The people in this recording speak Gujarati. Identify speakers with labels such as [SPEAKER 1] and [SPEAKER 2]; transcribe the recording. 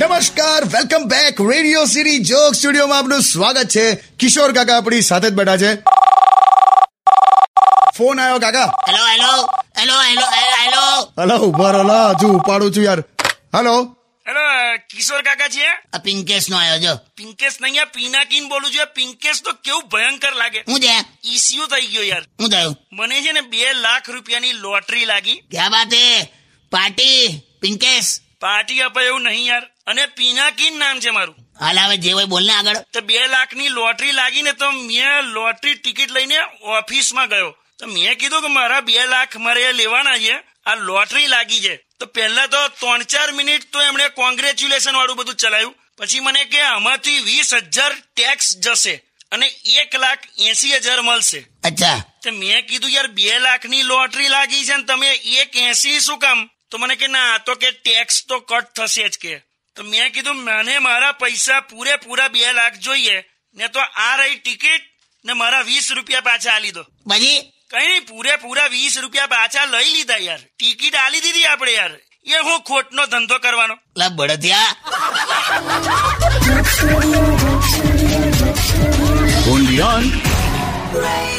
[SPEAKER 1] નમસ્કાર welcome back Radio City joke સ્ટુડિયોમાં આપનું સ્વાગત છે કિશોર કાકા આપણી સાથે જ બેઠા છે ફોન આવ્યો કાકા
[SPEAKER 2] hello hello hello hello hello
[SPEAKER 1] hello ઉભા રહો લા, હજુ ઉપાડું છું યાર હલો
[SPEAKER 3] હેલો કિશોર કાકા છે
[SPEAKER 2] આ પિંકેશ નો આવ્યો જો
[SPEAKER 3] પિંકેશ નહીં આ પીનાકીન બોલું છું આ પિંકેશ તો કેવું ભયંકર લાગે
[SPEAKER 2] હું દે
[SPEAKER 3] ઈસીયુ થઈ ગયો યાર
[SPEAKER 2] હું થયું
[SPEAKER 3] મને છે ને બે લાખ રૂપિયાની લોટરી લાગી
[SPEAKER 2] ક્યાં બાત હે પાર્ટી પિંકેશ
[SPEAKER 3] પાર્ટી અપાય એવું નહીં યાર અને પીનાકીન નામ છે મારું
[SPEAKER 2] હાલ હવે જે હોય બોલને આગળ
[SPEAKER 3] તો બે લાખની લોટરી લાગીને તો મેં લોટરી ટિકિટ લઈને ઓફિસમાં ગયો તો મેં કીધું કે મારા બે લાખ મારે લેવાના છે આ લોટરી લાગી છે તો પહેલા તો ત્રણ ચાર મિનિટ તો એમણે કોંગ્રેચ્યુલેશન વાળું બધું ચલાવ્યું પછી મને કે આમાંથી વીસ હજાર ટેક્સ જશે અને એક લાખ એસી હજાર મળશે
[SPEAKER 2] અચ્છા
[SPEAKER 3] તો મેં કીધું યાર બે લાખની લોટરી લાગી છે ને તમે એક એસી શું કામ તો મને કે ના આ તો કે ટેક્સ તો કટ થશે જ કે તો મેં કીધું મને મારા પૈસા પૂરેપૂરા બે લાખ જોઈએ ને તો આ રહી ટિકિટ ને મારા વીસ રૂપિયા પાછા આલી દો
[SPEAKER 2] પછી
[SPEAKER 3] કઈ નહીં પૂરેપૂરા વીસ રૂપિયા પાછા લઈ લીધા યાર ટિકિટ આલી દીધી આપણે યાર એ હું ખોટનો ધંધો કરવાનો
[SPEAKER 2] લા બળદિયા
[SPEAKER 4] only on
[SPEAKER 5] Radio